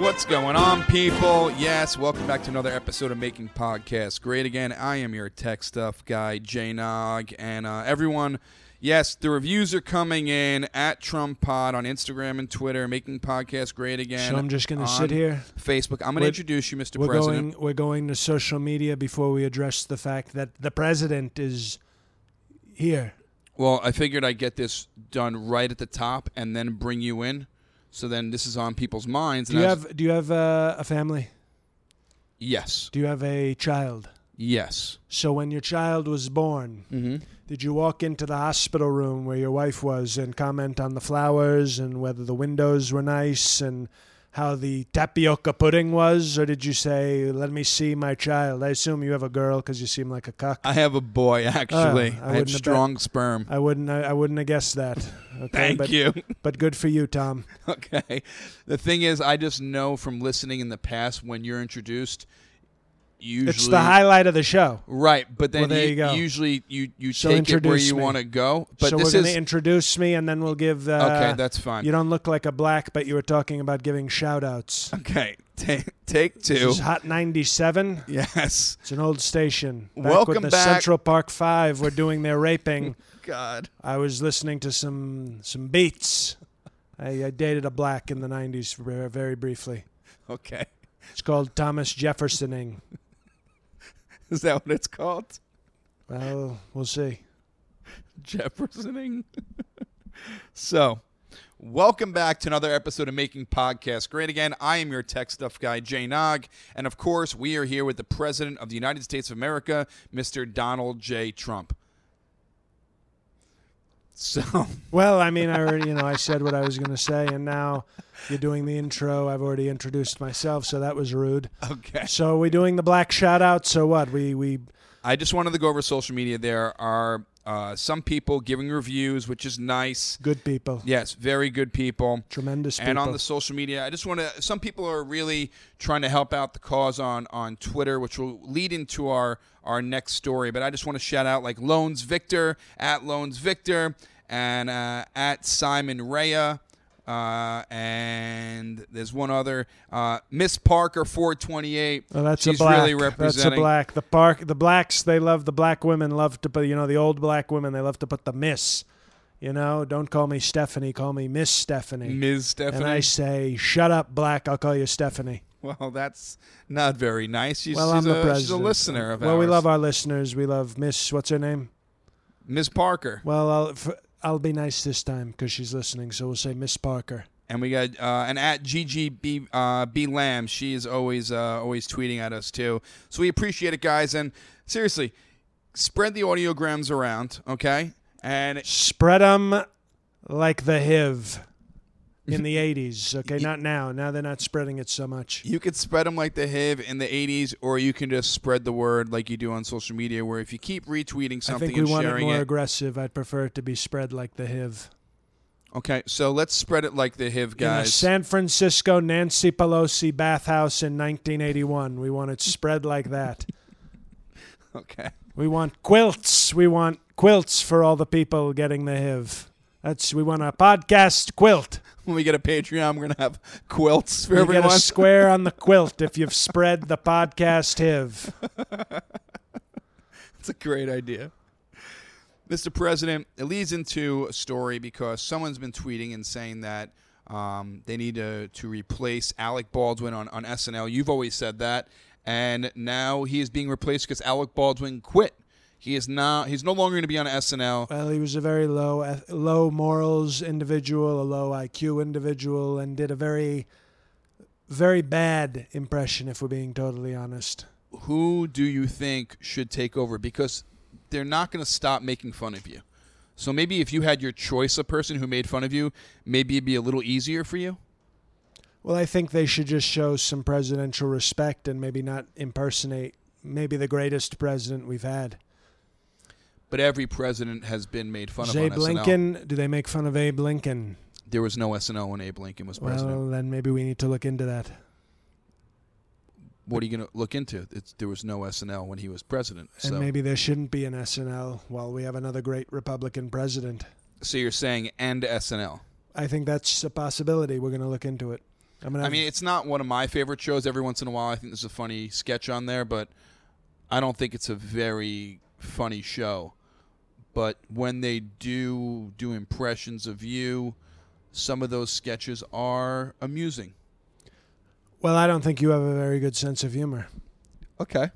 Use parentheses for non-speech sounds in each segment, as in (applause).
What's going on, people? Yes, welcome back to another episode of Making Podcasts Great Again. I am your tech stuff guy, Jay Nog, and uh, everyone. Yes, the reviews are coming in at Trump Pod on Instagram and Twitter, Making Podcasts Great Again. So I'm just gonna on sit here? Facebook. I'm going to We're- introduce you, mister we're President. going we're going to social media before we address the fact that the president is here. Well, I figured I'd get this done right at the top and then bring you in. So then this is on people's minds. Do And you I was- have do you have uh, a family? yes, Do you have a child? yes. So when your child was born, Mm-hmm. did you walk into the hospital room where your wife was and comment on the flowers and whether the windows were nice and how the tapioca pudding was, or did you say, "Let me see my child"? I assume you have a girl because you seem like a cuck. I have a boy, actually. Ah, I, I wouldn't have have strong sperm. I wouldn't. I, I wouldn't have (laughs) guessed that. Okay, Thank but, you. But good for you, Tom. (laughs) Okay. The thing is, I just know from listening in the past when you're introduced, usually It's the highlight of the show. right. But then Well, there you, you go. usually you you So take it where introduce you me. want to go. But so this we're is going to introduce me, and then we'll give. Uh, okay. That's fine. You don't look like a black, but you were talking about giving shout outs. okay. Take, take two. This is Hot 97. (laughs) Yes. It's an old station. Back Welcome when the back. Central Park Five were doing their raping, (laughs) God. I was listening to some some beats. I, I dated a black in the 90s ver- very briefly. Okay. (laughs) It's called Thomas Jeffersoning. Is that what it's called? Well, we'll see. Jeffersoning. (laughs) so, welcome back to another episode of Making Podcasts Great Again. I am your tech stuff guy, Jay Nog. And of course, we are here with the President of the United States of America, Mr. Donald J. Trump. So, (laughs) Well, I mean, I already, you know, I said what I was going to say, and now you're doing the intro. I've already introduced myself, so that was rude. okay. So we're doing the black shout out. So what? We we I just wanted to go over social media. There are uh, some people giving reviews, which is nice. good people, Yes, very good people. tremendous people. and on the social media. I just want to. Some people are really trying to help out the cause on on Twitter, which will lead into our our next story. But I just want to shout out like Loans Victor at Loans Victor and uh, at Simon Rea. Uh, and there's one other, uh, Miss Parker 428. Oh, that's She's a black. really That's a representing. black. The park. The blacks. They love the black women. Love to put. You know, the old black women. They love to put the miss. You know, don't call me Stephanie. Call me Miss Stephanie. Ms. Stephanie. And I say, shut up, black. I'll call you Stephanie. well, that's not very nice. She's, Well, she's I'm a, the president. she's a listener of Well, we ours. love our listeners. We love Miss. What's her name? Miss Parker. Well, I'll f- I'll be nice this time because she's listening. So we'll say Miss Parker. and we got uh, and at GGB uh, B Lamb. She is always uh, always tweeting at us too. So we appreciate it, guys. And seriously, spread the audiograms around, okay? And Spread 'em like the HIV (laughs) in the '80s. Okay, not now. Now they're not spreading it so much. you could spread them like the HIV in the '80s, or you can just spread the word like you do on social media, where if you keep retweeting I something think we and want it sharing more it, aggressive. I'd prefer it to be spread like the HIV. okay. So let's spread it like the HIV, In a guys. San Francisco Nancy Pelosi bathhouse in 1981. (laughs) We want it spread like that. (laughs) okay. We want quilts. We want quilts for all the people getting the HIV. That's we want a podcast quilt. When we get a Patreon, we're gonna have (laughs) quilts for You everyone. get a square on the quilt if you've spread the podcast HIV. It's a great idea. Mr. President, it leads into a story because someone's been tweeting and saying that um, they need to, to replace Alec Baldwin on, on SNL. You've always said that. And now he is being replaced because Alec Baldwin quit. He is now he's no longer going to be on SNL. Well, he was a very low, eth- low morals individual, a low IQ individual, and did a very very bad impression, if we're being totally honest. Who do you think should take over? Because they're not going to stop making fun of you. So maybe if you had your choice of person who made fun of you, maybe it'd be a little easier for you. Well, I think they should just show some presidential respect and maybe not impersonate maybe the greatest president we've had. But every president has been made fun Abe of on SNL. Lincoln, do they make fun of Abe Lincoln? There was no SNL when Abe Lincoln was president. Well, then maybe we need to look into that. what are you going to look into? It's, there was no SNL when he was president. So, And maybe there shouldn't be an SNL while we have another great Republican president. so you're saying and SNL? I think that's a possibility. We're going to look into it. I'm gonna I mean, it's not one of my favorite shows. Every once in a while, I think there's a funny sketch on there, but I don't think it's a very funny show. But when they do do impressions of you, some of those sketches are amusing. well, I don't think you have a very good sense of humor. Okay.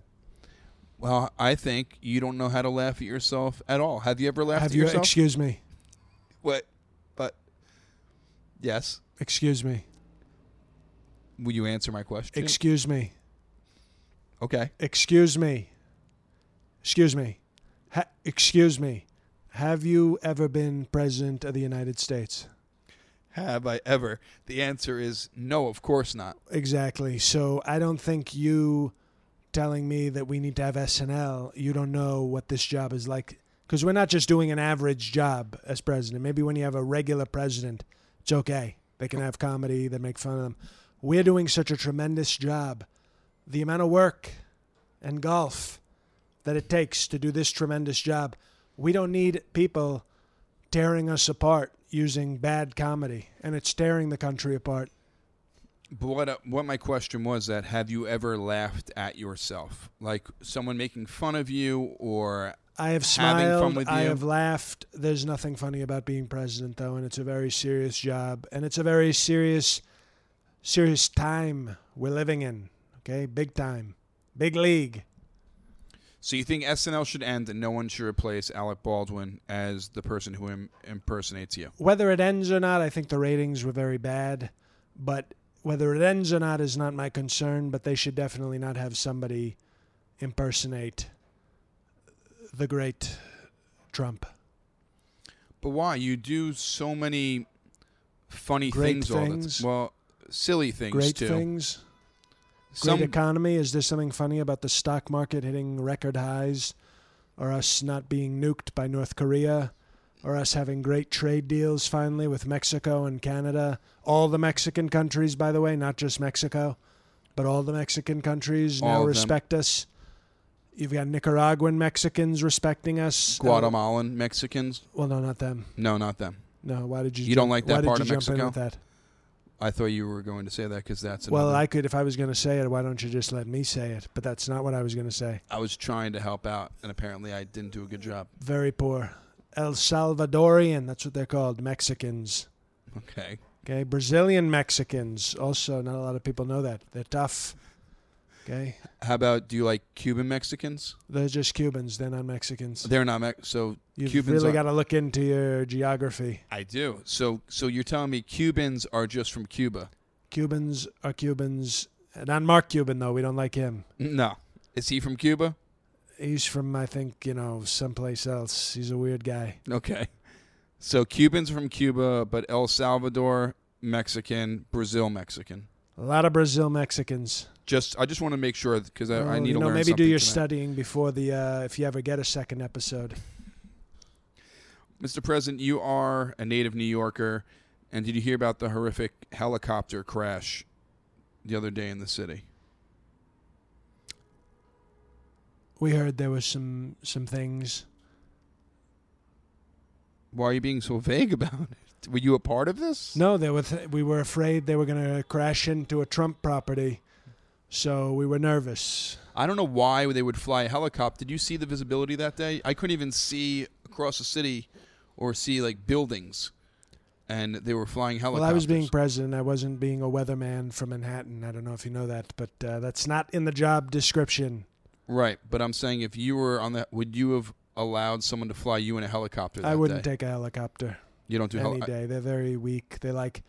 Well, I think you don't know how to laugh at yourself at all. Have you ever laughed have at you? yourself? Excuse me. what? But yes. Excuse me. Will you answer my question? Excuse me. okay. Excuse me. Excuse me. Ha- excuse me. Have you ever been president of the United States? Have I ever? The answer is no, of course not. Exactly. So I don't think you telling me that we need to have SNL, you don't know what this job is like. Because we're not just doing an average job as president. Maybe when you have a regular president, it's okay. They can have comedy, they make fun of them. We're doing such a tremendous job. The amount of work and golf that it takes to do this tremendous job, we don't need people tearing us apart using bad comedy. And it's tearing the country apart. But what uh, what my question was that have you ever laughed at yourself, like someone making fun of you, or I have having fun smiled. with I you. have laughed. There's nothing funny about being president, though, and it's a very serious job, and it's a very serious, serious time we're living in. Okay, big time, big league. so you think SNL should end and no one should replace Alec Baldwin as the person who Im- impersonates you? Whether it ends or not, I think the ratings were very bad, but whether it ends or not is not my concern. But they should definitely not have somebody impersonate the great Trump. But why you do so many funny Great things, all the things. time? Well, silly things Great too. things. Great Some economy. Is there something funny about the stock market hitting record highs, or us not being nuked by North Korea, or us having great trade deals finally with Mexico and Canada? All the Mexican countries, by the way, not just Mexico, but all the Mexican countries All of now them. respect us. You've got Nicaraguan Mexicans respecting us. Oh, Guatemalan Mexicans? Well, no, not them. No, not them. No, why did you? You don't like that why did part you of jump Mexico? in with that? I thought you were going to say that because that's Well, another- I could if I was going to say it. Why don't you just let me say it? But that's not what I was going to say. I was trying to help out, and apparently I didn't do a good job. very poor. El Salvadorian, that's what they're called, Mexicans. Okay. Okay, Brazilian Mexicans. Also, not a lot of people know that. They're tough. Okay, How about do you like Cuban Mexicans? they're just Cubans. They're not Mexicans. They're not Mex. So You've Cubans really are- got to look into your geography. I do. So so you're telling me Cubans are just from Cuba? Cubans are Cubans. Not Mark Cuban though. We don't like him. No. Is he from Cuba? He's from, I think, you know, someplace else. He's a weird guy. Okay. So Cubans are from Cuba, but El Salvador Mexican, Brazil Mexican. A lot of Brazil Mexicans. Just I just want to make sure because I, I Oh, need you to know, learn maybe something do your tonight. studying before the uh, if you ever get a second episode. Mr. President, you are a native New Yorker, and did you hear about the horrific helicopter crash the other day in the city? We heard there was some some things. Why are you being so (laughs) vague about it? Were you a part of this? No, they were th- we were afraid they were going to crash into a Trump property, so we were nervous. I don't know why they would fly a helicopter. Did you see the visibility that day? I couldn't even see across the city or see like buildings. And they were flying helicopters. Well, I was being president. I wasn't being a weatherman from Manhattan. I don't know if you know that, but uh, that's not in the job description. right, but I'm saying if you were on that, would you have allowed someone to fly you in a helicopter? That I wouldn't day? take a helicopter You don't do any helicopter. day. They're very weak. They like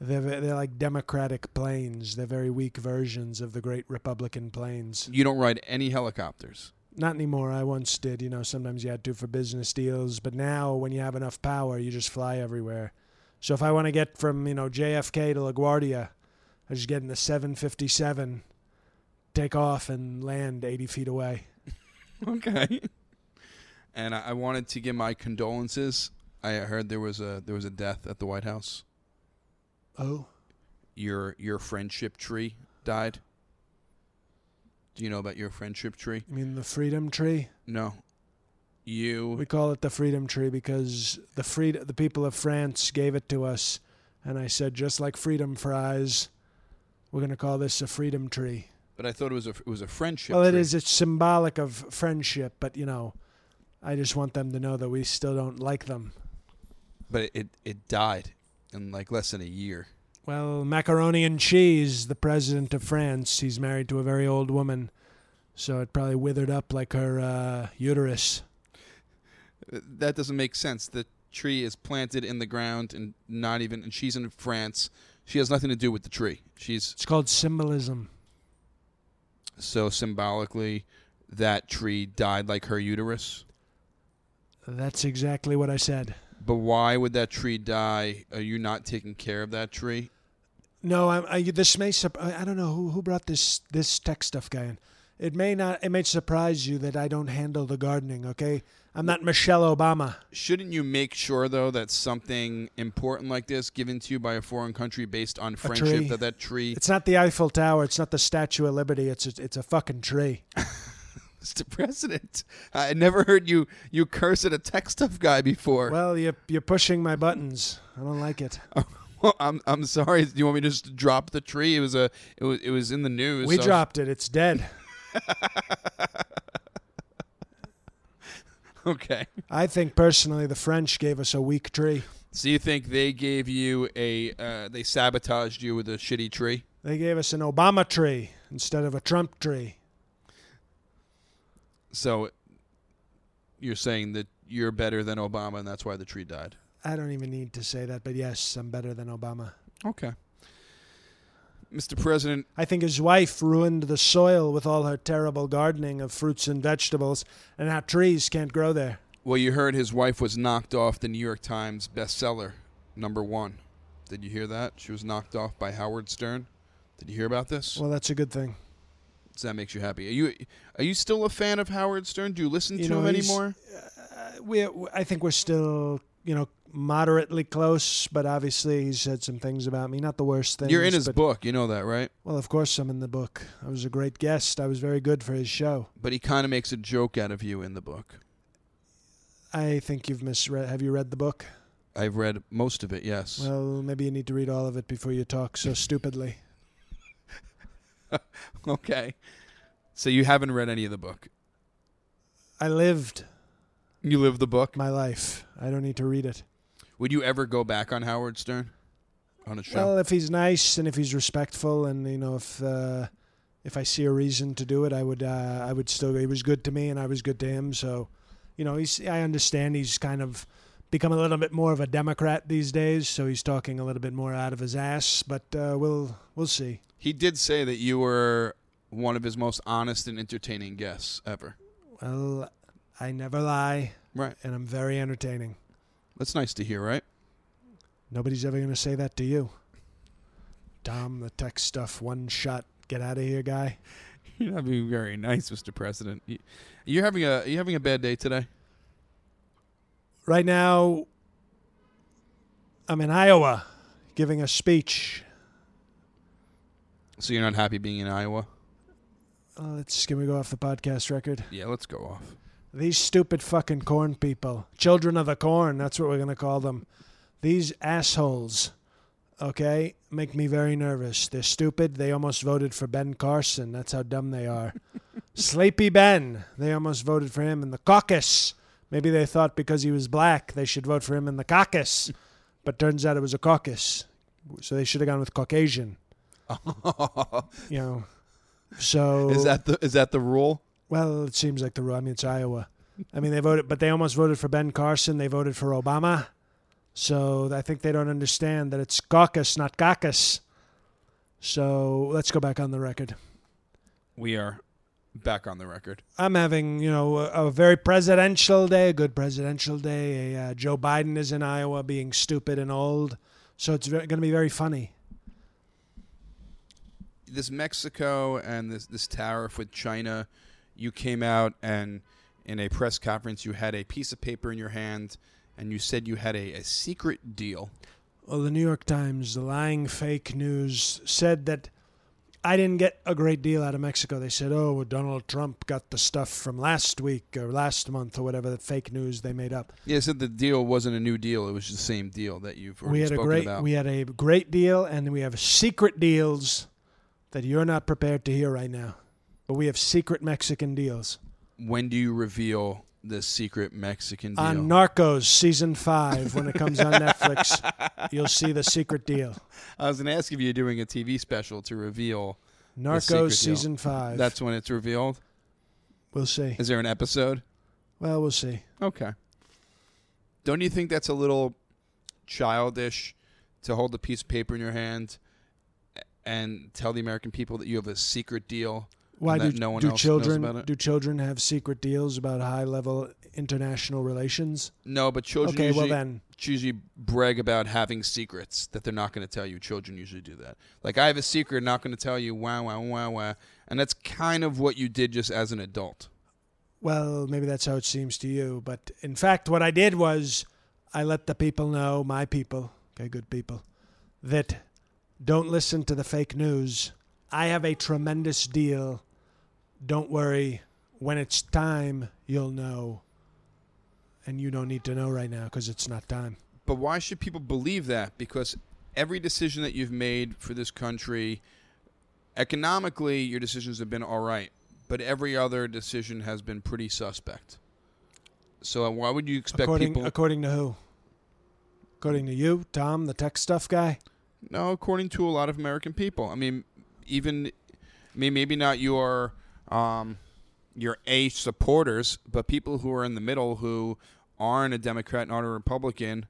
They're, ve- they're like Democratic planes. They're very weak versions of the great Republican planes. You don't ride any helicopters. (laughs) Not anymore. I once did. You know, sometimes you had to for business deals, but now when you have enough power, you just fly everywhere. So if I want to get from you know JFK to LaGuardia, I just get in the 757, take off and land 80 feet away. Okay. And I, I wanted to give my condolences. I heard there was a there was a death at the White House. Oh, Your your friendship tree died. Do you know about your friendship tree? you mean the Freedom Tree? No. You We call it the Freedom Tree because the free the people of France gave it to us, and I said just like freedom fries, we're gonna call this a Freedom Tree. But I thought it was a it was a friendship. Well, it tree. is. It's symbolic of friendship, but you know, I just want them to know that we still don't like them. But it it died in like less than a year. Well, macaroni and cheese. The president of France. He's married to a very old woman, so it probably withered up like her uh, uterus. Uh, That doesn't make sense. The tree is planted in the ground and not even. And she's in France. She has nothing to do with the tree. She's It's called symbolism. so symbolically that tree died like her uterus. That's exactly what I said. But why would that tree die? Are you not taking care of that tree? No, I, I this may sup- I I don't know who who brought this this tech stuff guy in. It may not it may surprise you that I don't handle the gardening, okay? I'm not Michelle Obama. Shouldn't you make sure though that something important like this given to you by a foreign country based on friendship tree. that that (laughs) tree It's not the Eiffel Tower, it's not the Statue of Liberty, it's a, it's a fucking tree. Mr. President. (laughs) I never heard you you curse at a tech stuff guy before. Well, you you're pushing my buttons. I don't like it. (laughs) Well, I'm I'm sorry. Do you want me to just drop the tree? It was a it was it was in the news. We so- dropped it. It's dead. (laughs) Okay. I think personally the French gave us a weak tree. So you think they gave you a uh, they sabotaged you with a shitty tree? They gave us an Obama tree instead of a Trump tree. So you're saying that you're better than Obama, and that's why the tree died. I don't even need to say that, but yes, I'm better than Obama. Okay. Mr. President, I think his wife ruined the soil with all her terrible gardening of fruits and vegetables, and now trees can't grow there. well, you heard his wife was knocked off the New York Times bestseller number one. Did you hear that? She was knocked off by Howard Stern. Did you hear about this? Well, that's a good thing. So that makes you happy. Are you are you still a fan of Howard Stern? Do you listen You to know, him he's- anymore? We, I think we're still, you know, moderately close, but obviously he said some things about me. Not the worst things. You're in his but- book, you know that, right? Well, of course I'm in the book. I was a great guest. I was very good for his show. But he kind of makes a joke out of you in the book. I think you've misread. Have you read the book? I've read most of it, yes. Well, maybe you need to read all of it before you talk so stupidly. (laughs) okay. So you haven't read any of the book. I lived You live the book. my life. I don't need to read it. Would you ever go back on Howard Stern on a show? Well, if he's nice and if he's respectful, and you know, if uh, if I see a reason to do it, I would. Uh, I would still. He was good to me, and I was good to him. So, you know, he's. I understand he's kind of become a little bit more of a Democrat these days, so he's talking a little bit more out of his ass. But uh, we'll we'll see. he did say that you were one of his most honest and entertaining guests ever. Well, I never lie, Right. and I'm very entertaining. That's nice to hear, right? Nobody's ever going to say that to you, Tom. The tech stuff, one shot, get out of here, guy. (laughs) You're not being very nice, Mr. President. You- You're having a you having a bad day today. Right now, I'm in Iowa giving a speech. So you're not happy being in Iowa? Uh, let's can we go off the podcast record? Yeah, let's go off. These stupid fucking corn people, children of the corn. That's what we're gonna call them. These assholes. Okay, make me very nervous. They're stupid. They almost voted for Ben Carson. That's how dumb (laughs) they are. Sleepy Ben. They almost voted for him in the caucus. Maybe they thought because he was black, they should vote for him in the caucus. But turns out it was a caucus. So they should have gone with Caucasian. you know. So (laughs) Is that the is that the rule? well, it seems like the rule. I mean, it's Iowa. I mean, they voted, but they almost voted for Ben Carson. They voted for Obama. So I think they don't understand that it's caucus, not caucus. So let's go back on the record. We are back on the record. I'm having, you know, a, a very presidential day, a good presidential day. A, uh, Joe Biden is in Iowa being stupid and old. So it's going to be very funny. This Mexico and this this tariff with China, you came out and in a press conference you had a piece of paper in your hand and you said you had a, a secret deal. Well, the New York Times, the lying fake news, said that I didn't get a great deal out of Mexico. They said, oh, well, Donald Trump got the stuff from last week or last month or whatever, the fake news they made up. Yeah, it said the deal wasn't a new deal; it was the same deal that you've already we had a spoken great about. we had a great deal and we have secret deals that you're not prepared to hear right now but we have secret mexican deals when do you reveal the secret Mexican deal? on narcos season 5 when it comes (laughs) on netflix you'll see the secret deal I was going to ask if you're doing a TV special to reveal. the secret deal. narcos season 5 That's when it's revealed. we'll see Is there an episode? well we'll see Okay. Don't you think that's a little childish to hold a piece of paper in your hand and tell the American people that you have a secret deal? why and do, that no one do else knows children about it? do children have secret deals about high level international relations No, but children okay usually, well then usually brag about having secrets that they're not going to tell you. Children usually do that. Like, I have a secret, not going to tell you, wah, wah, wah, wah. And that's kind of what you did just as an adult. Well, maybe that's how it seems to you. But in fact, what I did was I let the people know, my people, okay, good people, that don't listen to the fake news. I have a tremendous deal. Don't worry. When it's time, you'll know. And you don't need to know right now because it's not time. But why should people believe that? Because every decision that you've made for this country, economically, your decisions have been all right, but every other decision has been pretty suspect. So why would you expect According, people? according to who? According to you, Tom, the tech stuff guy? no, according to a lot of American people. I mean, even, I mean, maybe not your, um, your A supporters, but people who are in the middle who aren't a Democrat and aren't a Republican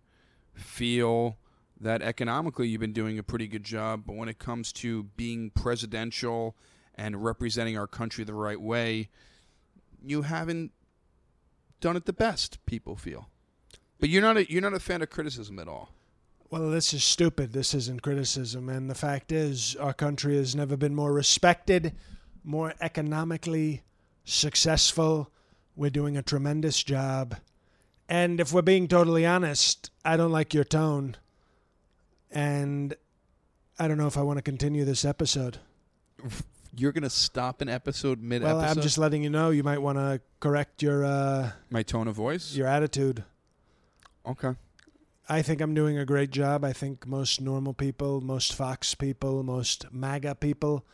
feel that economically you've been doing a pretty good job, but when it comes to being presidential and representing our country the right way, you haven't done it the best. People feel, but you're not a, you're not a fan of criticism at all. Well, this is stupid. This isn't criticism. And the fact is, our country has never been more respected, more economically successful. We're doing a tremendous job. And if we're being totally honest, I don't like your tone. And I don't know if I want to continue this episode. You're gonna stop an episode mid Well, episode. I'm just letting you know you might want to correct your uh, My tone of voice? your attitude. Okay. I think I'm doing a great job. I think most normal people, most Fox people, most MAGA people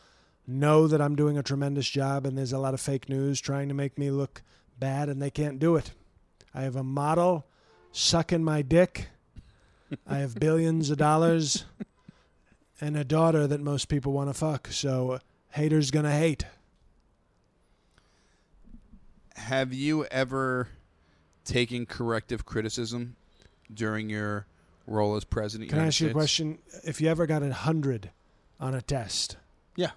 know that I'm doing a tremendous job and there's a lot of fake news trying to make me look bad and they can't do it. I have a model sucking my dick. I have billions of dollars and a daughter that most people want to fuck. So haters going to hate. Have you ever taken corrective criticism during your role as president? of the Can I United ask you a States? question? If you ever got a 100 on a test, Yeah.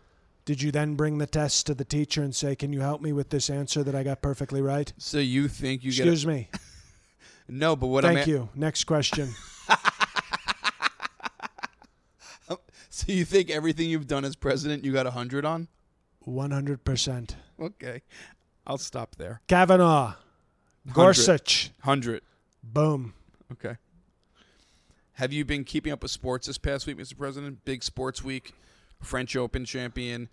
Did you then bring the test to the teacher and say, "Can you help me with this answer that I got perfectly right?" So you think you Excuse me. get a, no, but what I'm Thank a- you. Next question. (laughs) (laughs) so you think everything you've done as president you got a hundred on? One hundred percent. Okay, I'll stop there. Kavanaugh, Gorsuch. Hundred. Boom. Okay. Have you been keeping up with sports this past week, Mr. President? Big sports week, French Open champion,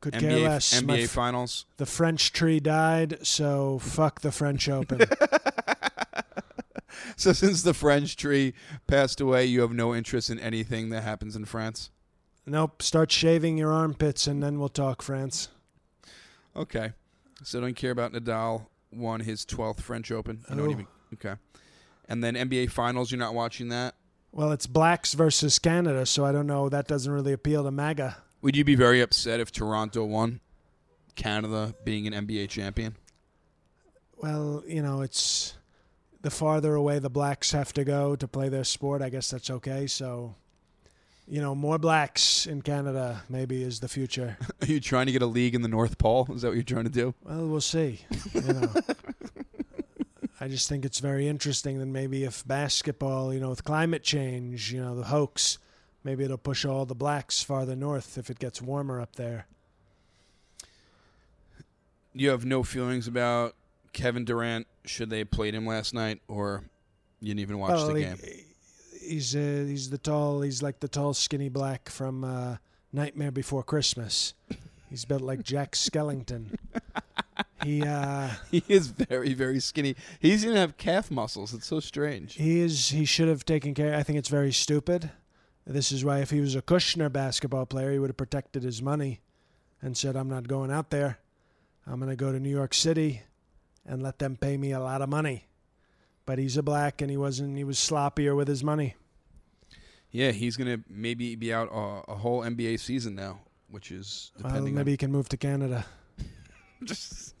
Could care NBA, less. My NBA f- finals. the French tree died, so fuck the (laughs) French Open. So since the French tree passed away, you have no interest in anything that happens in France. nope. Start shaving your armpits, and then we'll talk, France. Okay. So don't care about Nadal won his 12th French Open. You don't Oh. even Okay. And then NBA finals, you're not watching that? Well, it's blacks versus Canada, so I don't know. That doesn't really appeal to MAGA. Would you be very upset if Toronto won? Canada being an NBA champion? (laughs) Well, you know, it's the farther away the blacks have to go to play their sport, I guess that's okay. So, you know, more blacks in Canada maybe is the future. Are you trying to get a league in the North Pole? Is that what you're trying to do? Well, we'll see. You know. I just think it's very interesting that maybe if basketball, you know, with climate change, you know, the hoax, maybe it'll push all the blacks farther north if it gets warmer up there. You have no feelings about Kevin Durant. Should they have played him last night, or you didn't even watch Well, the he- game? He's uh, he's the tall. He's like the tall, skinny black from uh, Nightmare Before Christmas. He's built like Jack Skellington. He uh, (laughs) He is very, very skinny. He's gonna have calf muscles. It's so strange. he is he should have taken care. I think it's very stupid. This is why if he was a Kushner basketball player, he would have protected his money and said, "I'm not going out there. I'm going to go to New York City and let them pay me a lot of money." But he's a black, and he wasn't. He was sloppier with his money. Yeah, he's gonna maybe be out uh, a, a whole NBA season now, which is Well, depending maybe he can move to Canada. on (laughs) just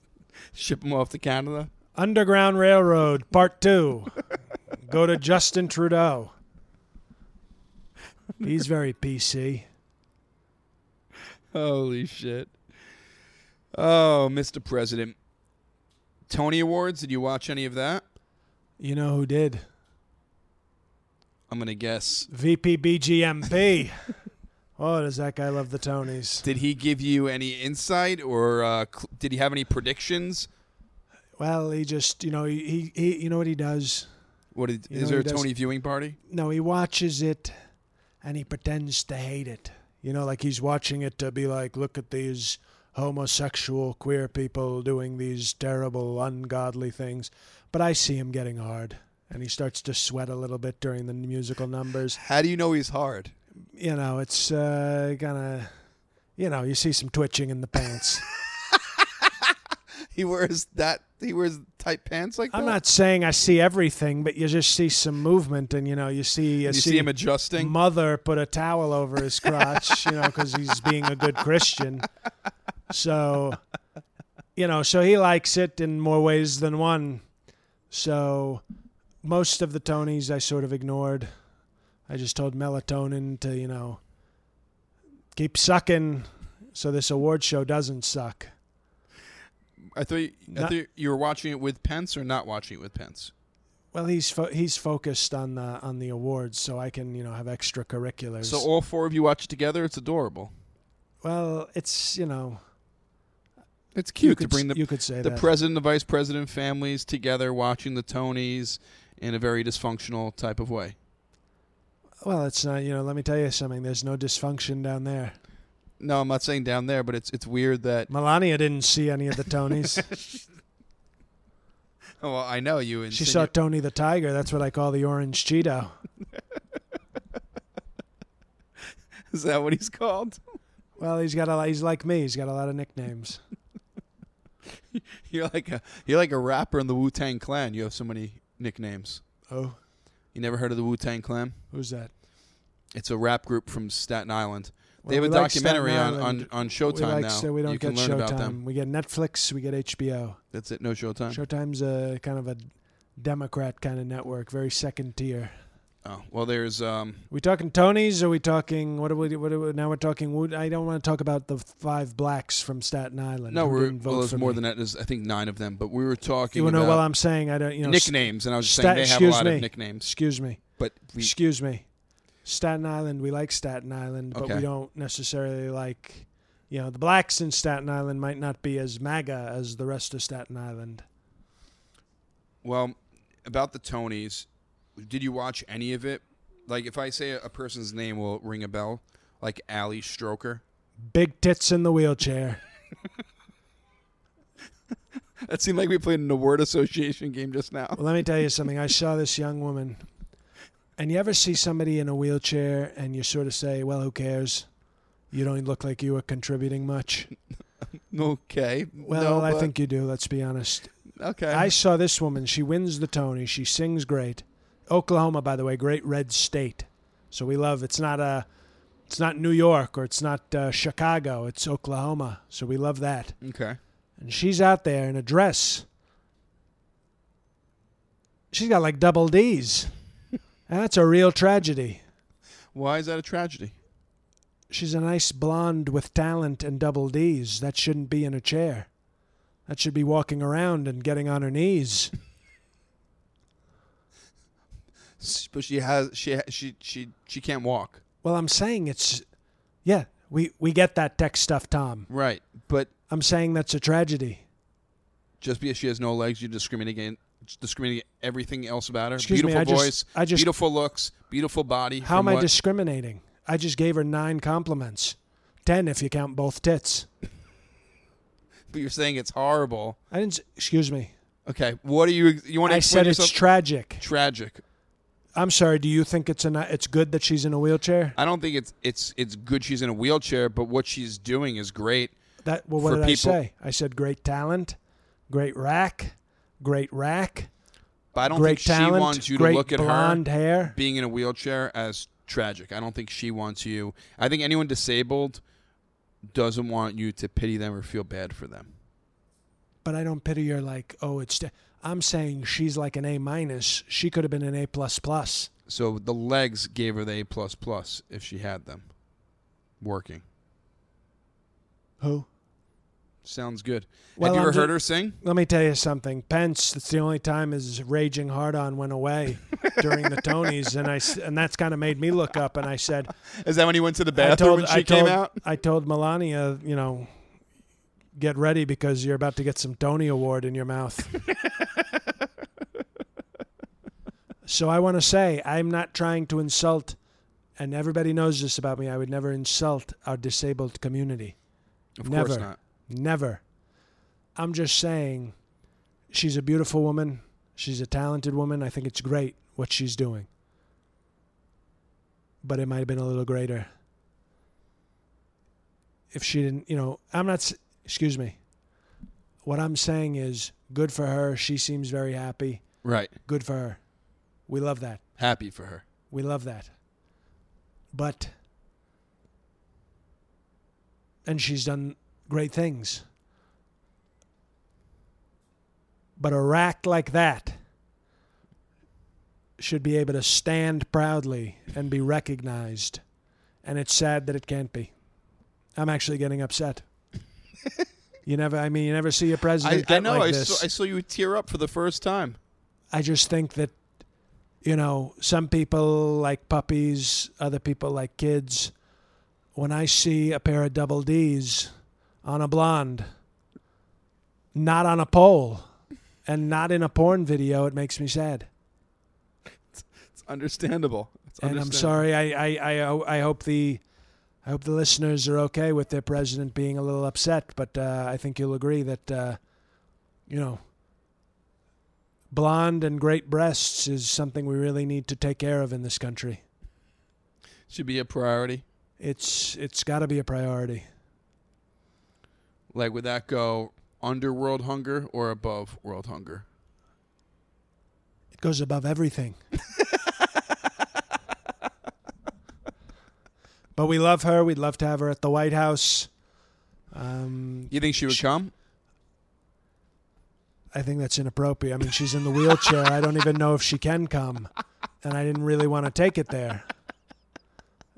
ship him off to Canada. Underground Railroad, Part Two. Go to Justin Trudeau. He's very PC. Holy shit! Oh, Mr. President, Tony Awards. Did you watch any of that? You know who did? I'm gonna guess. VPBGMP. oh, does that guy love the Tonys? Did he give you any insight, or uh, cl- did he have any predictions? Well, he just, you know, he, he you know what he does? What did, You is know, there he a does- Tony viewing party? No, he watches it and he pretends to hate it. You know, like he's watching it to be like, look at these homosexual queer people doing these terrible, ungodly things. But I see him getting hard and he starts to sweat a little bit during the musical numbers. How do you know he's hard? (laughs) You know, it's uh, gonna, you know, you see some twitching in (laughs) the pants. He wears that. He wears tight pants like I'm that. not saying I see everything, but you just see some movement and, you know, you see, you, You see him adjusting. mother put a towel over his crotch, you know, because he's being a good Christian. So, you know, so he likes it in more ways than one. So, most of the Tonys I sort of ignored. I just told melatonin to, you know, keep sucking so this award show doesn't suck. I thought you, I Not- thought you were watching it with Pence or not watching it with Pence. Well, he's fo- he's focused on the on the awards, so I can you know have extracurriculars. So all four of you watch it together. It's adorable. well, it's you know It's you cute to could, bring s- the you could say the that. president, the vice president, families together watching the Tonys in a very dysfunctional type of way. Well, it's not. You know, let me tell you something. There's no dysfunction down there. No, I'm not saying down there, but it's it's weird that. Melania didn't see any of the (laughs) Tonys. oh, Well, I know you. she insinu- saw Tony the Tiger. That's what I call the orange Cheeto. (laughs) Is that what he's called? (laughs) Well, he's got a. lot- He's like me. He's got a lot of nicknames. You're like a you're like a rapper in the Wu Tang Clan. You have so many nicknames. Oh, You never heard of the Wu Tang Clan? who's that? It's a rap group from Staten Island. Well, They have we a like documentary Staten on, on, Island. on Showtime we like, now. So we don't you get can learn Showtime. about them. We get Netflix. We get HBO. That's it. No Showtime. Showtime's a kind of a Democrat kind of network, very second tier. oh well, there's um. We talking Tonys? Are we talking what? Are we, what? Are we, now we're talking. Wood. I don't want to talk about the five blacks from Staten Island. No, who we're, didn't vote well, there's for more me. than that. There's I think nine of them. But we were talking You know, about well, I'm saying I don't. You know, s- nicknames, and I was just Sta- saying they have a excuse lot me. of nicknames. Excuse me. But we, Excuse me. Staten Island, we like Staten Island, but Okay. we don't necessarily like, you know, the blacks in Staten Island might not be as MAGA as the rest of Staten Island. well, about the Tonys, did you watch any of it? Like, if I say a person's name, will it ring a bell? Like Ali Stroker. (laughs) Big tits in the wheelchair. That seemed like we played in a word association game just now. Well, let me tell you something. I saw this young woman, and you ever see somebody in a wheelchair and you sort of say, well, who cares? You don't look like you were contributing much. Okay. Well, No, I but- think you do, let's be honest. okay. I saw this woman. She wins the Tony. She sings great. Oklahoma, by the way, great red state. So we love. It's not a. It's not New York or it's not uh, Chicago. It's Oklahoma. So we love that. okay. And she's out there in a dress. She's got like double D's. That's a real tragedy. Why is that a tragedy? She's a nice blonde with talent and double D's. That shouldn't be in a chair. That should be walking around and getting on her knees. S- But she has she ha- she she she can't walk. Well, I'm saying it's, yeah, we, we get that tech stuff, Tom. Right. But I'm saying that's a tragedy. just because she has no legs, you discriminate against discriminate everything else about her. Excuse me, beautiful I just- voice, I just- beautiful looks, beautiful body. How from am I what- discriminating? I just gave her nine compliments. Ten if you count both tits. but you're saying it's horrible. I didn't, s- excuse me. Okay, what do you you want to I explain said it's yourself? tragic. tragic. I'm sorry, do you think it's, a, ni- it's good that she's in a wheelchair? I don't think it's it's it's good she's in a wheelchair, but what she's doing is great. That well, what for did I people- say? I said great talent, great rack, great rack, But I don't great think talent, she wants you great to look at her blonde hair. being in a wheelchair as tragic. I don't think she wants you. I think anyone disabled doesn't want you to pity them or feel bad for them. But I don't pity her like oh it's. i I'm saying she's like an A minus. She could have been an A plus plus. So the legs gave her the A plus plus if she had them working. Who? Sounds good. Well, Have you I'm ever ju- heard her sing? Let me tell you something. Pence, that's the only time his raging hard on went away during the Tonys, and I s- and that's kind of made me look up. And I said, Is that when he went to the I bathroom told, when she I came told, out? I told Melania, you know, get ready because you're about to get some Tony Award in your mouth. (laughs) so I want to say I'm not trying to insult, and everybody knows this about me. I would never insult our disabled community. Of Never. course not. Never. I'm just saying she's a beautiful woman. She's a talented woman. I think it's great what she's doing. But it might have been a little greater if she didn't, you know, I'm not, s- excuse me. What I'm saying is good for her. She seems very happy. Right. Good for her. We love that. Happy for her. We love that. But and she's done great things. But a rack like that should be able to stand proudly and be recognized. And it's sad that it can't be. I'm actually getting (laughs) upset. you never I mean you never see a I, president I get know. like I, this. saw, I saw you tear up for the first time. I just think that, you know, some people like puppies, other people like kids. When I see a pair of double D's on a blonde, not on a pole, and not in a porn video, it makes me sad. It's understandable. It's And I'm understandable. sorry. I, I, I, ho- I hope the. I hope the listeners are okay with their president being a little upset, but uh, I think you'll agree that, uh, you know, blonde and great breasts is something we really need to take care of in this country. Should be a priority. It's it's got to be a priority. Like, would that go under world hunger or above world hunger? It goes above everything. (laughs) but we love her. We'd love to have her at the White House. Um, You think she would come? I think that's inappropriate. I mean, she's in the wheelchair. I don't even know if she can come, and I didn't really want to take it there.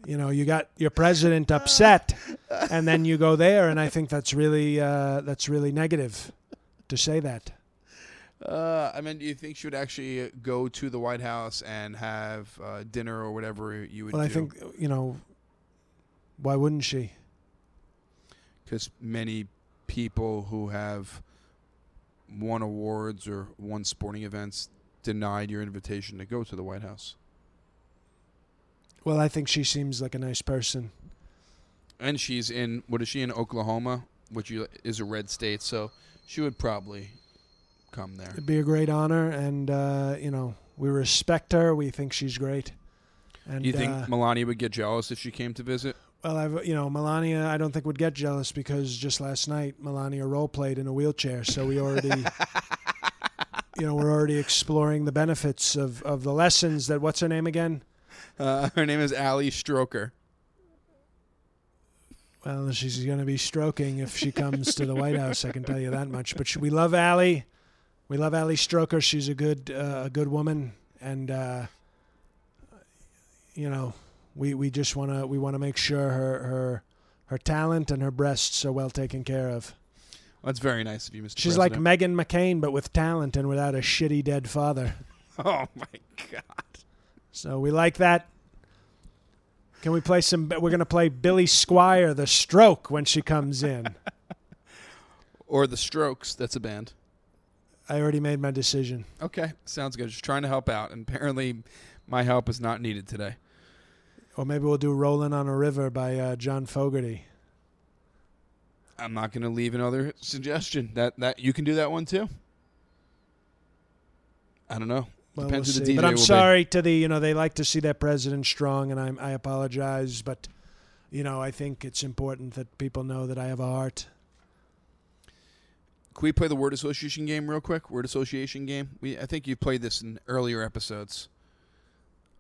You know, you got your president upset, and then you go there, and I think that's really uh, that's really negative to say that. Uh, I mean, do you think she would actually go to the White House and have uh, dinner or whatever you would Well, I do? think you know, why wouldn't she? because many people who have won awards or won sporting events denied your invitation to go to the White House. Well, I think she seems like a nice person. And she's in what is she in Oklahoma, which you- is a red state, so she would probably come there. It'd be a great honor, and uh, you know, we respect her. We think she's great. And You think uh, Melania would get jealous if she came to visit? Well, I've you know Melania, I don't think would get jealous because just last night Melania role played in a wheelchair, so we already, you know, we're already exploring the benefits of of the lessons that what's her name again? Uh, (laughs) her name is Allie Stroker. Well, she's going to be stroking if she comes to the White House. I can tell you that much. But she, we love Allie. We love Ali Stroker. She's a good uh, a good woman, and uh, you know, we we just wanna we wanna make sure her her her talent and her breasts are well taken care of. That's very nice of you, Mr. She's like President. Megan McCain, but with talent and without a shitty dead father. (laughs) Oh my god. So we like that. Can we play some? We're gonna play Billy Squire, The Stroke, when she (laughs) comes in. Or the Strokes. That's a band. I already made my decision. Okay, sounds good. Just trying to help out, and apparently, my help is not needed today. Or maybe we'll do "Rolling on a River" by uh, John Fogerty. I'm not going to leave another suggestion. That that you can do that one too. I don't know. Well, Depends we'll who the see. DJ But I'm will be. sorry to the you know they like to see their president strong, and I'm, I apologize, but you know I think it's important that people know that I have a heart. Can we play the word association game real quick? Word association game. We I think you played this in earlier episodes.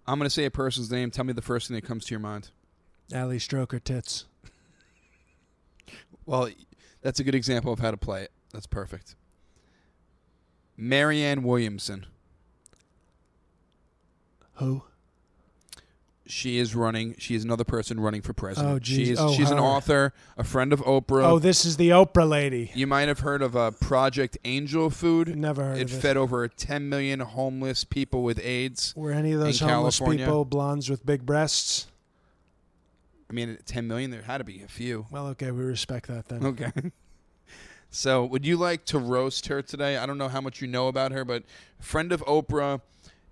I'm going to say a person's name. Tell me the first thing that comes to your mind. Ali Stroker tits. Well, that's a good example of how to play it. That's perfect. Marianne Williamson. Who? She is running. She is another person running for president. Oh, geez. She is, Oh, she's an her. author, a friend of Oprah. Oh, this is the Oprah lady. You might have heard of uh, Project Angel Food. Never heard it of it. fed over 10 million homeless people with AIDS. Were any of those in homeless California. people blondes with big breasts? I mean, 10 million, there had to be a few. (laughs) Well, okay, we respect that then. Okay. So, would you like to roast her today? I don't know how much you know about her, but friend of Oprah,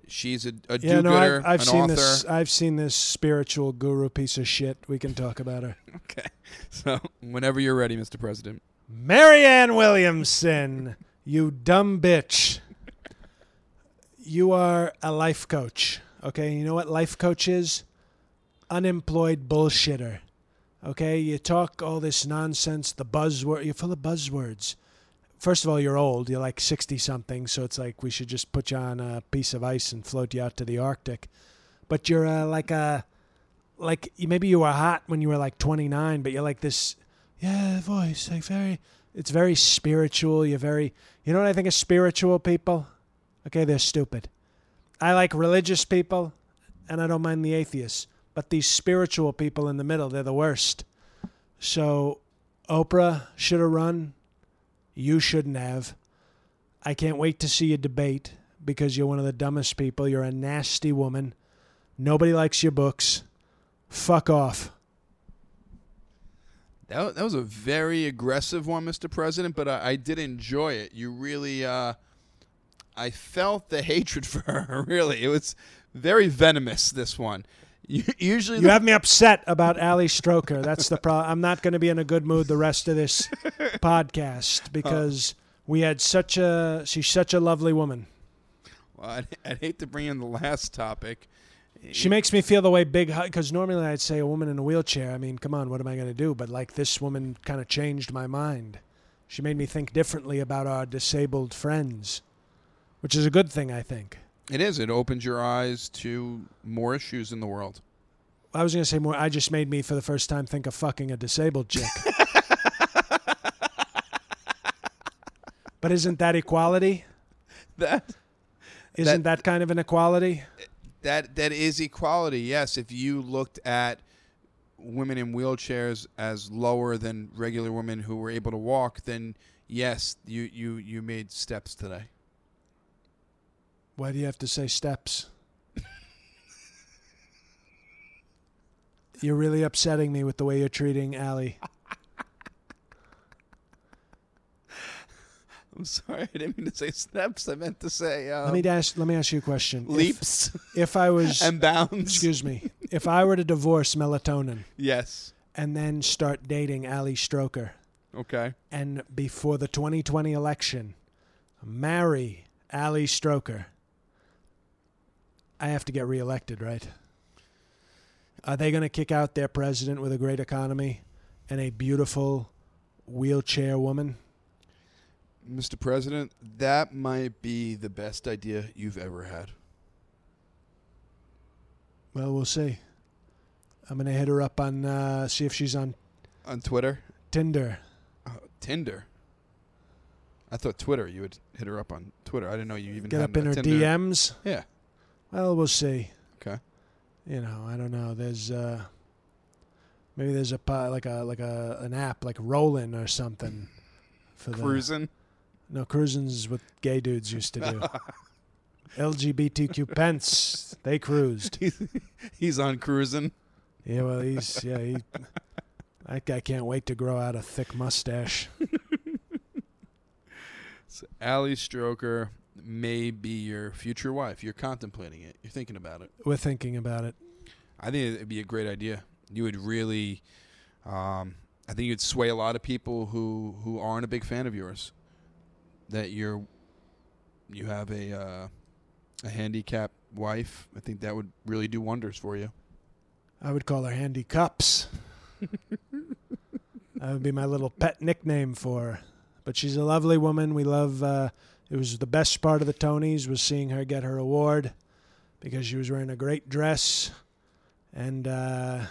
she's a, a Yeah, do-gooder, no, I've, I've an seen author. this. I've seen this spiritual guru piece of shit. We can talk about her. Okay. (laughs) So, whenever you're ready, Mr. President. Marianne Williamson, you dumb bitch. You are a life coach. Okay, you know what life coach is? Unemployed bullshitter. Okay, you talk all this nonsense, the buzzword, you're full of buzzwords. First of all, you're old, you're like 60 something, so it's like we should just put you on a piece of ice and float you out to the Arctic. But you're uh, like a like you- maybe you were hot when you were like 29, but you're like this, yeah, the voice, like very, it's very spiritual. You're very, you know what I think of spiritual people? Okay, they're stupid. I like religious people, and I don't mind the atheists, but these spiritual people in the middle, they're the worst. So Oprah should have run. You shouldn't have. I can't wait to see you debate because you're one of the dumbest people. You're a nasty woman. Nobody likes your books. Fuck off. That, wa- that was a very aggressive one, Mr. President, but I, I did enjoy it. You really, uh, I felt the (laughs) hatred for her. (laughs) Really, it was very venomous. This one, (laughs) U- usually, You the, have me upset about Ali Stroker. That's the problem. I'm not going to be in a good mood the rest of this podcast because we had such a. She's such a lovely woman. Well, (laughs) I'd, I'd hate to bring in the last topic. She makes me feel the way big because normally I'd say a woman in a wheelchair. I mean, come on, what am I going to do? But like this woman kind of changed my mind. She made me think differently about our disabled friends, which is a good thing, I think. It is. It opens your eyes to more issues in the world. I was going to say more. I just made me for the first time think of fucking a (laughs) disabled chick. but isn't that equality? That Isn't that, kind of inequality? that that is equality. Yes, if you looked at women in wheelchairs as lower than regular women who were able to walk, then yes, you you you made steps today. (laughs) Why do you have to say steps? you're really upsetting me with the way you're treating Allie. I'm sorry, I didn't mean to say steps. I meant to say um, Let me ask. Let me ask you a question. If- leaps If, I was, and (laughs) bounds. excuse me, if I were to divorce melatonin yes. and then start dating Allie Stroker, Okay. and before the 2020 election, marry Ali Stroker. I have to get reelected, right? Are they going to kick out their president with a great economy and a beautiful wheelchair woman? Mr. President, that might be the best idea you've ever had. Well, we'll see. I'm going to hit her up on, uh, see if she's on On Twitter? Tinder. Oh, Tinder. Uh, I thought Twitter. You would hit her up on Twitter. I didn't know you even Get had up in a her Tinder. DMs. Yeah. Well, we'll see. Okay. You know, I don't know. There's uh, maybe there's a po- like a like a an app like Rollin or something. For the- Cruising. No, cruising's what gay dudes used to do. LGBTQ pence, they cruised. (laughs) He's on cruising. Yeah, well, he's yeah, he. That guy can't wait to grow out a thick mustache. So Ally Stroker may be your future wife. You're contemplating it. You're thinking about it. We're thinking about it. I think it'd be a great idea. You would really, um, I think you'd sway a lot of people who who aren't a big fan of yours. That you're, you have a uh, a handicapped wife. I think that would really do wonders for you. I would call her Handy Cups. that would be my little pet nickname for her. But she's a lovely woman. We love. Uh, it was the best part of the Tonys was seeing her get her award because she was wearing a great dress, and uh,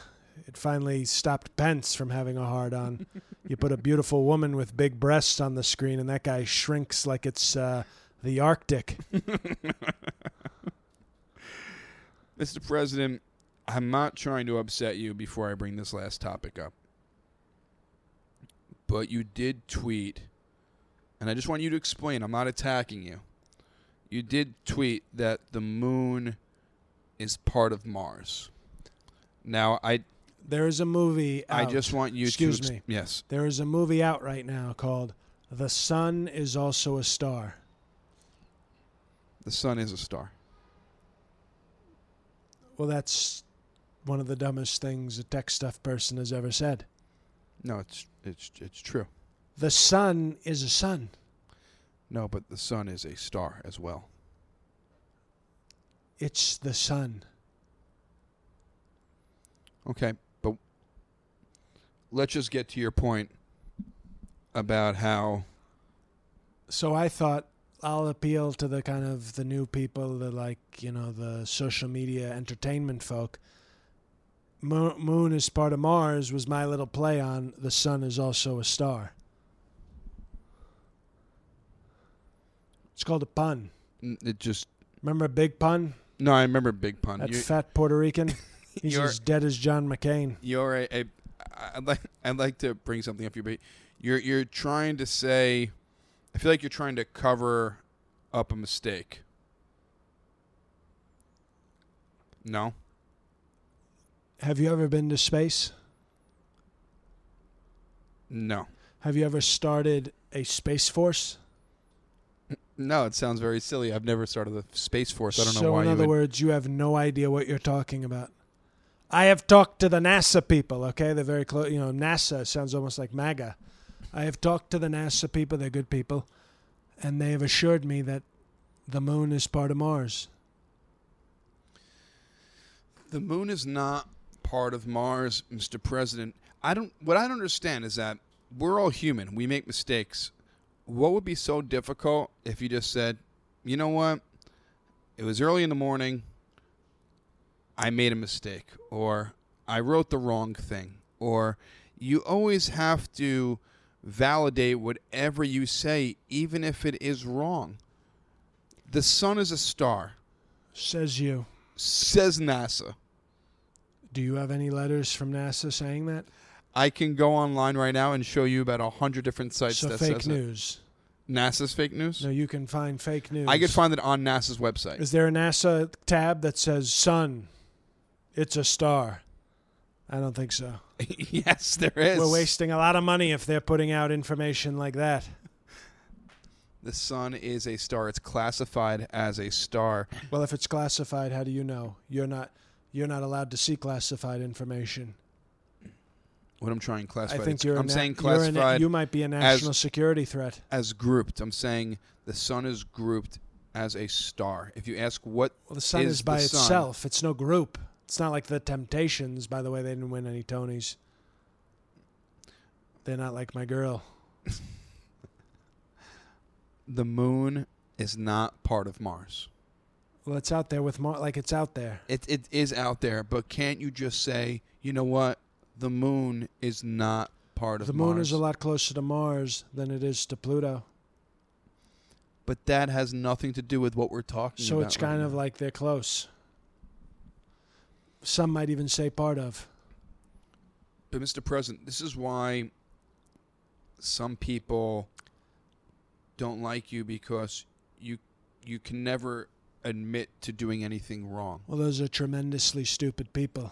it finally stopped Pence from having a hard on. you put a beautiful woman with big breasts on the screen, and that guy shrinks like it's uh, the Arctic. Mr. President, I'm not trying to upset you before I bring this last topic up. But you did tweet, and I just want you to explain. I'm not attacking you. You did tweet that the moon is part of Mars. Now, I There is a movie. I out. just want you Excuse to. ex- me. Yes. There is a movie out right now called The Sun is Also a Star. The sun is a star. Well, that's one of the dumbest things a tech stuff person has ever said. No, it's it's it's true. The sun is a sun. No, but the sun is a star as well. It's the sun. Okay, but let's just get to your point about how So I thought I'll appeal to the kind of the new people, the like, you know, the social media entertainment folk. Mo- Moon is part of Mars was my little play on the sun is also a star. It's called a pun. n- it just. Remember Big Pun? No, I remember Big Pun. That You, fat (laughs) Puerto Rican. He's You're- as dead as John McCain. you're a, a. I'd like. I'd like to bring something up. You, but you're you're trying to say. I feel like you're trying to cover up a mistake. No, Have you ever been to space? no, Have you ever started a space force? no. It sounds very silly. I've never started the space force. I don't know so why in you other would. words, you have no idea what you're talking about. I have talked to the NASA people, okay? They're very close, you know, NASA sounds almost like MAGA. I have talked to the NASA people, they're good people, and they have assured me that the moon is part of Mars. The moon is not part of Mars, Mr. President. I don't what I don't understand is that we're all human. We make mistakes. What would be so difficult if you just said, "You know what? It was early in the morning. I made a mistake or I wrote the wrong thing or you always have to validate whatever you say even if it is wrong. The sun is a star, Says you. says NASA. Do you have any letters from NASA saying that? I can go online right now and show you about a hundred different sites so that fake says it. news. NASA's fake news. No, you can find fake news. I could find it on NASA's website. Is there a NASA tab that says "Sun"? It's a star. I don't think so. (laughs) yes, there is. We're wasting a lot of money if they're putting out information like that. the sun is a star. It's classified as a star. Well, if it's classified, how do you know? You're not. You're not allowed to see classified information. What I'm trying classified. I think it's- you're. a I'm na- saying you're a na- classified you might be a national security threat. as grouped. I'm saying the sun is grouped as a star. If you ask what Well, the sun is, the by sun- itself. It's no group. It's not like the Temptations. By the way, they didn't win any Tonys. They're not like my girl. the moon is not part of Mars. Well, it's out there with more. Like it's out there. It it is out there, but can't you just say, you know what? The moon is not part of The Mars. moon is a lot closer to Mars than it is to Pluto. but that has nothing to do with what we're talking So about. it's kind of like they're close. Some might even say part of. But Mr. President, this is why some people don't like you because you you can never admit to doing anything wrong. Well, those are tremendously stupid people.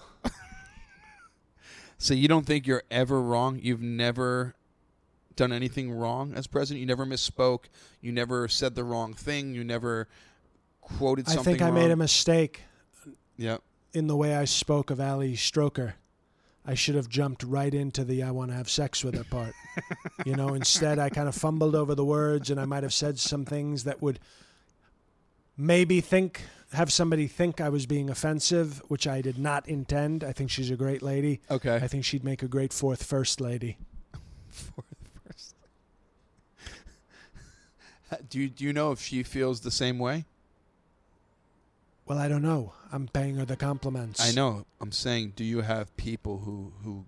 So you don't think you're ever wrong? You've never done anything wrong as president? You never misspoke. You never said the wrong thing. You never quoted I something think I wrong. made a mistake Yeah. in the way I spoke of Ali Stroker. I should have jumped right into the I want to have sex with (laughs) her part. you know, instead, I kind of fumbled over the words and I might have said some things that would maybe think, have somebody think I was being offensive, which I did not intend. I think she's a great lady. Okay. I think she'd make a great fourth first lady. for the first. Uh, do you do you know if she feels the same way? Well, I don't know. I'm paying her the compliments. I know. I'm saying, do you have people who who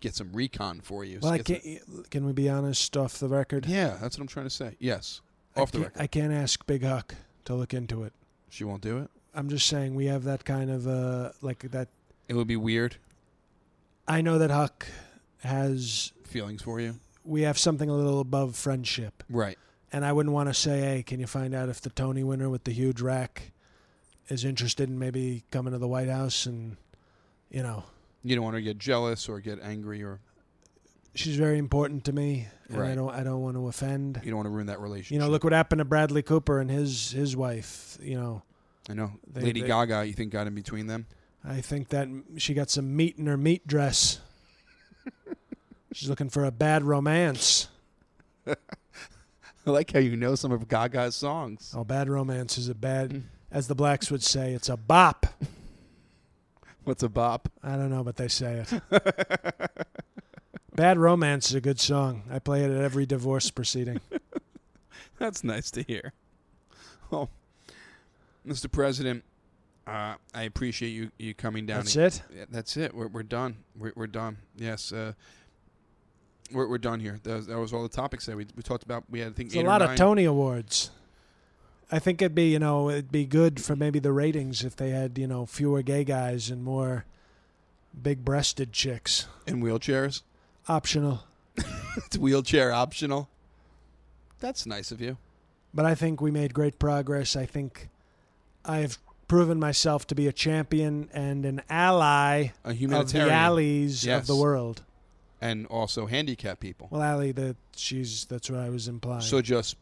get some recon for you? Well, I Get some- can't, can we be honest off the record? yeah, that's what I'm trying to say. Yes, off the I can't- record, I can't ask Big Huck to look into it. she won't do it. I'm just saying we have that kind of uh like that. It would be weird I know that Huck has. feelings for you, We have something a little above friendship, right? and I wouldn't want to say, "Hey, can you find out if the Tony winner with the huge rack is interested in maybe coming to the White House?" And you know, You don't want her to get jealous or get angry, or she's very important to me, and Right. I don't. I don't want to offend. you don't want to ruin that relationship. You know, look what happened to Bradley Cooper and his his wife. You know, I know they- Lady they- Gaga. You think got in between them? (laughs) I think that she got some meat in her meat dress. She's looking for a bad romance. I like how you know some of Gaga's songs. Oh, bad romance is a bad, as the blacks would say, it's a bop. What's a bop? (laughs) I don't know, but they say it. bad romance is a good song. I play it at every divorce proceeding. That's nice to hear. Well, Mr. President, uh, I appreciate you, you coming down. That's it. Yeah, that's it. We're, we're done. We're, we're done. Yes. Uh, we're, we're done here. That, that was all the topics that we, we talked about. We had, I think, It's eight a or lot of nine. Tony awards. I think it'd be, you know, it'd be good for maybe the ratings if they had, you know, fewer gay guys and more big-breasted chicks. in wheelchairs. (laughs) Optional. it's wheelchair optional. That's nice of you. but I think we made great progress. I think I've proven myself to be a champion and an ally A of the humanitarian. alleys of Yes. the world. And also handicapped people. Well, alley, that she's that's what I was implying. So just,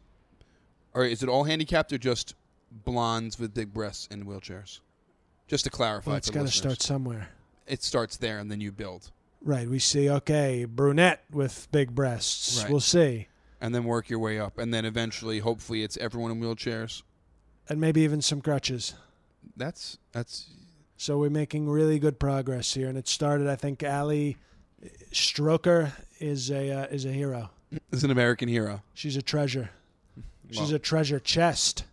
or is it all handicapped or just blondes with big breasts and wheelchairs? Just to clarify, well, it's for got to listeners. start somewhere, It starts there and then you build, right? We see okay, brunette with big breasts. Right. We'll see, and then work your way up, and then eventually, hopefully, it's everyone in wheelchairs. and maybe even some crutches. That's that's So we're making really good progress here, and it started. I think Allie Stroker is a uh, is a hero. is an American hero. She's a treasure. She's Well, a treasure chest.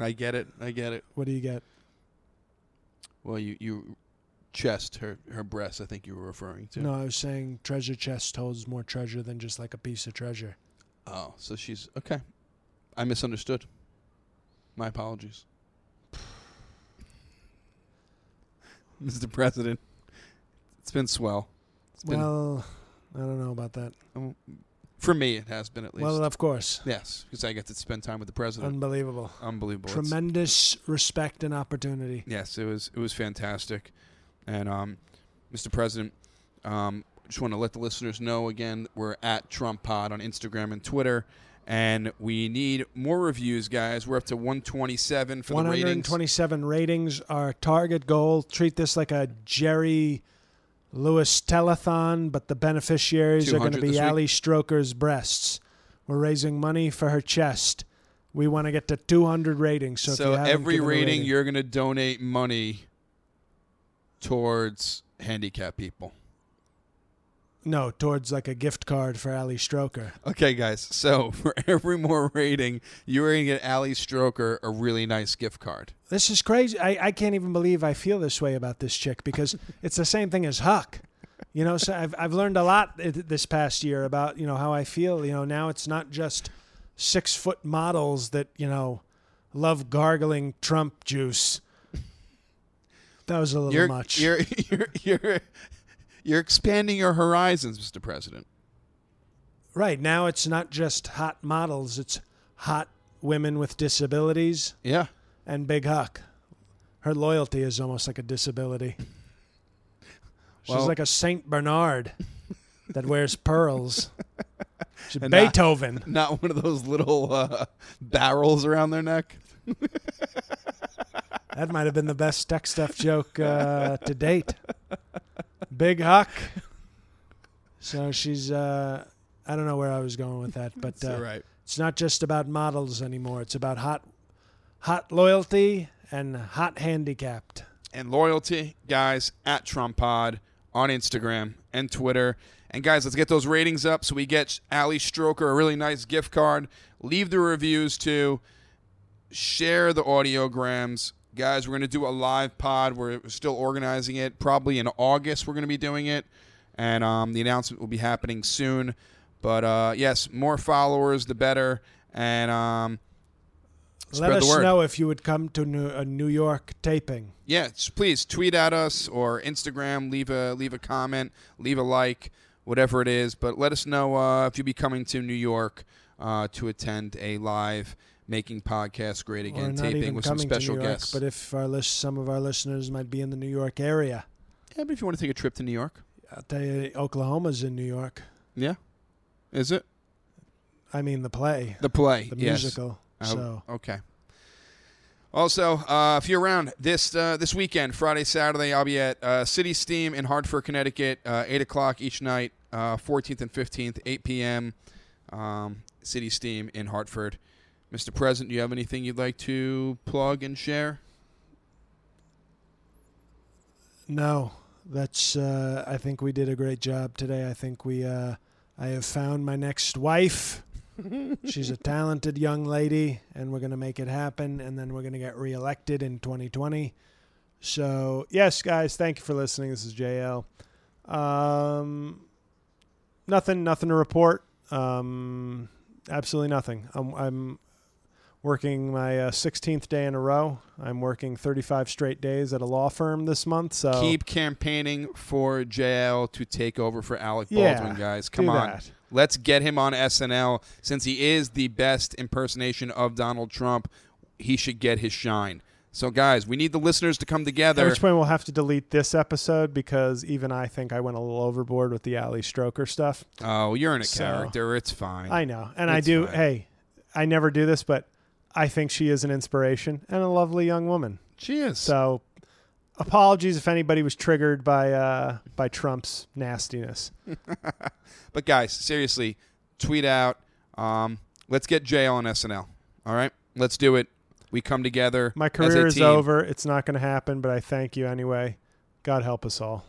I get it. I get it. What do you get? Well, you you chest her her breasts. I think you were referring to. No, I was saying treasure chest holds more treasure than just like a piece of treasure. Oh, so she's okay. I misunderstood. My apologies. Mr. President, it's been swell. It's been, Well, I don't know about that. for me, it has been at least. Well, uh, um, of course. yes, because I get to spend time with the president. Unbelievable. Unbelievable. It's- Tremendous respect and opportunity. Yes, it was it was fantastic, and um, Mr. President, um, just want to let the listeners know again we're at Trump Pod on Instagram and Twitter, and we need more reviews, guys. We're up to 127 for the ratings. 127 ratings. Our target goal. Treat this like a Jerry Lewis telethon, but the beneficiaries are going 200 to this be week? Ali Stroker's breasts. We're raising money for her chest. We want to get to 200 ratings. So, So, if you haven't every given a rating, rating you're going to donate money towards handicapped people. no towards like a gift card for Ali Stroker. Okay, guys. So (laughs) for every more rating, you're going to get Ali Stroker a really nice gift card. This is crazy. I, I can't even believe I feel this way about this chick because (laughs) it's the same thing as Huck. You know, so I've, I've learned a lot i- this past year about, you know, how I feel. You know, now it's not just six foot models that you know love gargling Trump juice. That was a little You're, much. you're (laughs) you're you're you're expanding your horizons, Mr. President. right now, it's not just hot models; it's hot women with disabilities Yeah. and Big Huck. Her loyalty is almost like a disability. She's Well- like a Saint Bernard that wears pearls. She's And not- Beethoven. Not one of those little uh, barrels around their neck. That might have been the best tech stuff joke uh, to date. Big Huck. So she's. Uh, I don't know where I was going with that, but uh, All right. it's not just about models anymore. It's about hot, hot loyalty and hot handicapped. and loyalty, guys, at Trump Pod on Instagram and Twitter. And guys, let's get those ratings up so we get Ali Stroker a really nice gift card. Leave the reviews too. Share the audiograms. Guys, we're going to do a live pod. We're still organizing it. Probably in August, we're going to be doing it. And um, the announcement will be happening soon. But uh, yes, more followers, the better. And um, Spread Let the us word. know if you would come to New, a New York taping. yeah, s- please tweet at us or Instagram. Leave a leave a comment, leave a like, whatever it is. But let us know uh, if you'll be coming to New York uh, to attend a live making podcast great or again not taping even with some coming special to New York, guests. but if our list, some of our listeners might be in the New York area, yeah, but if you want to take a trip to New York, I'll tell you, Oklahoma's in New York. yeah, is it I mean, the play, the play? the yes. musical. Oh, so okay. Also, uh, if you're around this uh, this weekend, Friday, Saturday, I'll be at uh, City Steam in Hartford, Connecticut, uh, eight o'clock each night, uh, 14th and 15th, 8 p.m. Um, City Steam in Hartford. Mr. President, do you have anything you'd like to plug and share? No, that's. Uh, I think we did a great job today. I think we. Uh, I have found my next wife. She's a talented young lady, and we're going to make it happen. And then we're going to get reelected in 2020. So yes, guys, thank you for listening. This is JL. Um, nothing, nothing to report. Um, absolutely nothing. I'm, I'm working my uh, 16th day in a row. I'm working 35 straight days at a law firm this month. So Keep campaigning for JL to take over for Alec Yeah, Baldwin, guys. do Come on. that. Let's get him on SNL since he is the best impersonation of Donald Trump. He should get his shine. So, guys, we need the listeners to come At together. which point we'll have to delete this episode because even I think I went a little overboard with the Ali Stroker stuff. Oh, you're in a So- character. It's fine. I know, and I It's do. fine. Hey, I never do this, but I think she is an inspiration and a lovely young woman. she is. So, apologies if anybody was triggered by uh, by Trump's nastiness. But, guys, seriously, tweet out. Um, let's get JL on SNL. All right? Let's do it. We come together. My as a career is team. over. It's not going to happen, but I thank you anyway. God help us all.